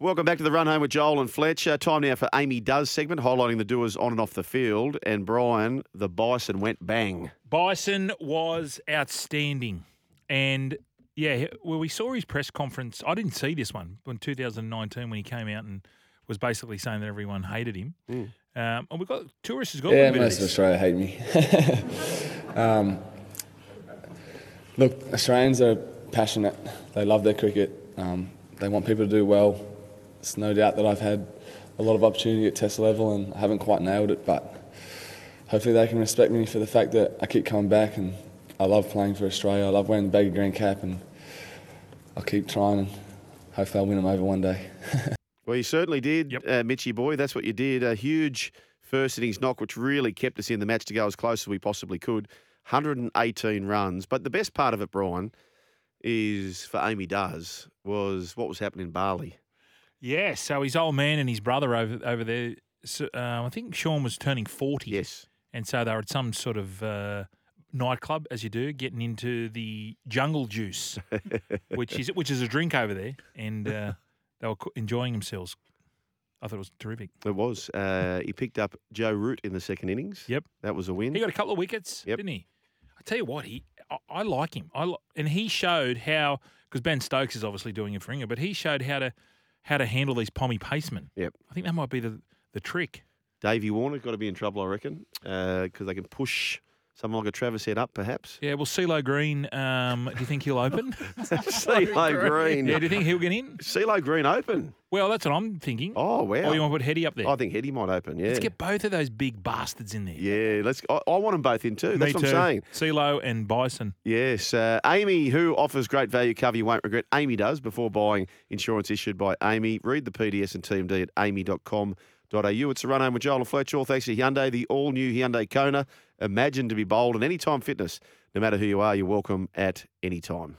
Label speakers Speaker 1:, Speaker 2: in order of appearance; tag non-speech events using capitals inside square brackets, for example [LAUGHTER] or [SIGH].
Speaker 1: Welcome back to the Run Home with Joel and Fletcher. Time now for Amy Does segment, highlighting the doers on and off the field. And Brian, the bison went bang.
Speaker 2: Bison was outstanding. And yeah, well, we saw his press conference. I didn't see this one in 2019 when he came out and was basically saying that everyone hated him. Um, and we've got tourists has got a
Speaker 3: Yeah,
Speaker 2: little bit of
Speaker 3: most of
Speaker 2: this.
Speaker 3: Australia hate me. [LAUGHS] um, look, Australians are passionate. They love their cricket. Um, they want people to do well. It's no doubt that I've had a lot of opportunity at Test level and I haven't quite nailed it, but hopefully they can respect me for the fact that I keep coming back and I love playing for Australia. I love wearing the baggy green cap and I'll keep trying and hopefully I'll win them over one day.
Speaker 1: Well, you certainly did,
Speaker 2: Yep.
Speaker 1: uh, Mitchy boy. That's what you did. A huge first innings knock, which really kept us in the match to go as close as we possibly could. 118 runs. But the best part of it, Brian, is for Amy Does, was what was happening in Bali.
Speaker 2: Yeah, so his old man and his brother over over there. So, uh, I think Sean was turning forty.
Speaker 1: Yes.
Speaker 2: and so they were at some sort of uh, nightclub, as you do, getting into the
Speaker 1: [LAUGHS]
Speaker 2: jungle juice, which is which is a drink over there, and uh, they were co- enjoying themselves. I thought it was terrific.
Speaker 1: It was. Uh, he picked up Joe Root in the second innings.
Speaker 2: Yep.
Speaker 1: That was a win.
Speaker 2: He got a couple of wickets,
Speaker 1: Yep.
Speaker 2: didn't he? I tell you what, he I, I like him. I li- and he showed how because Ben Stokes is obviously doing it for Inga, but he showed how to how to handle these pommy pacemen.
Speaker 1: Yep.
Speaker 2: I think that might be the the trick.
Speaker 1: Davey Warner got to be in trouble, I reckon, because they can push someone like a Travis Head up, perhaps.
Speaker 2: Yeah, well, CeeLo Green, um, do you think he'll
Speaker 1: [LAUGHS]
Speaker 2: open? [LAUGHS]
Speaker 1: CeeLo Green.
Speaker 2: yeah, do you think he'll get in?
Speaker 1: CeeLo Green open.
Speaker 2: Well, that's what I'm thinking.
Speaker 1: Oh,
Speaker 2: Or you
Speaker 1: wow.
Speaker 2: want to put Hetty up there?
Speaker 1: I think Heady might open, Oh, yeah.
Speaker 2: Let's get both of those big bastards in there.
Speaker 1: yeah, let's. I, I want them both in too. That's
Speaker 2: Me
Speaker 1: what I'm
Speaker 2: too.
Speaker 1: saying.
Speaker 2: CeeLo and Bison.
Speaker 1: Yes. Uh, Amy, who offers great value cover you won't regret. Amy does before buying insurance issued by Amy. Read the PDS and TMD at amy.com.au. It's a run home with Joel and Fletcher. All thanks to Hyundai, the all new Hyundai Kona. Imagine to be bold and anytime fitness. No matter who you are, you're welcome at any time.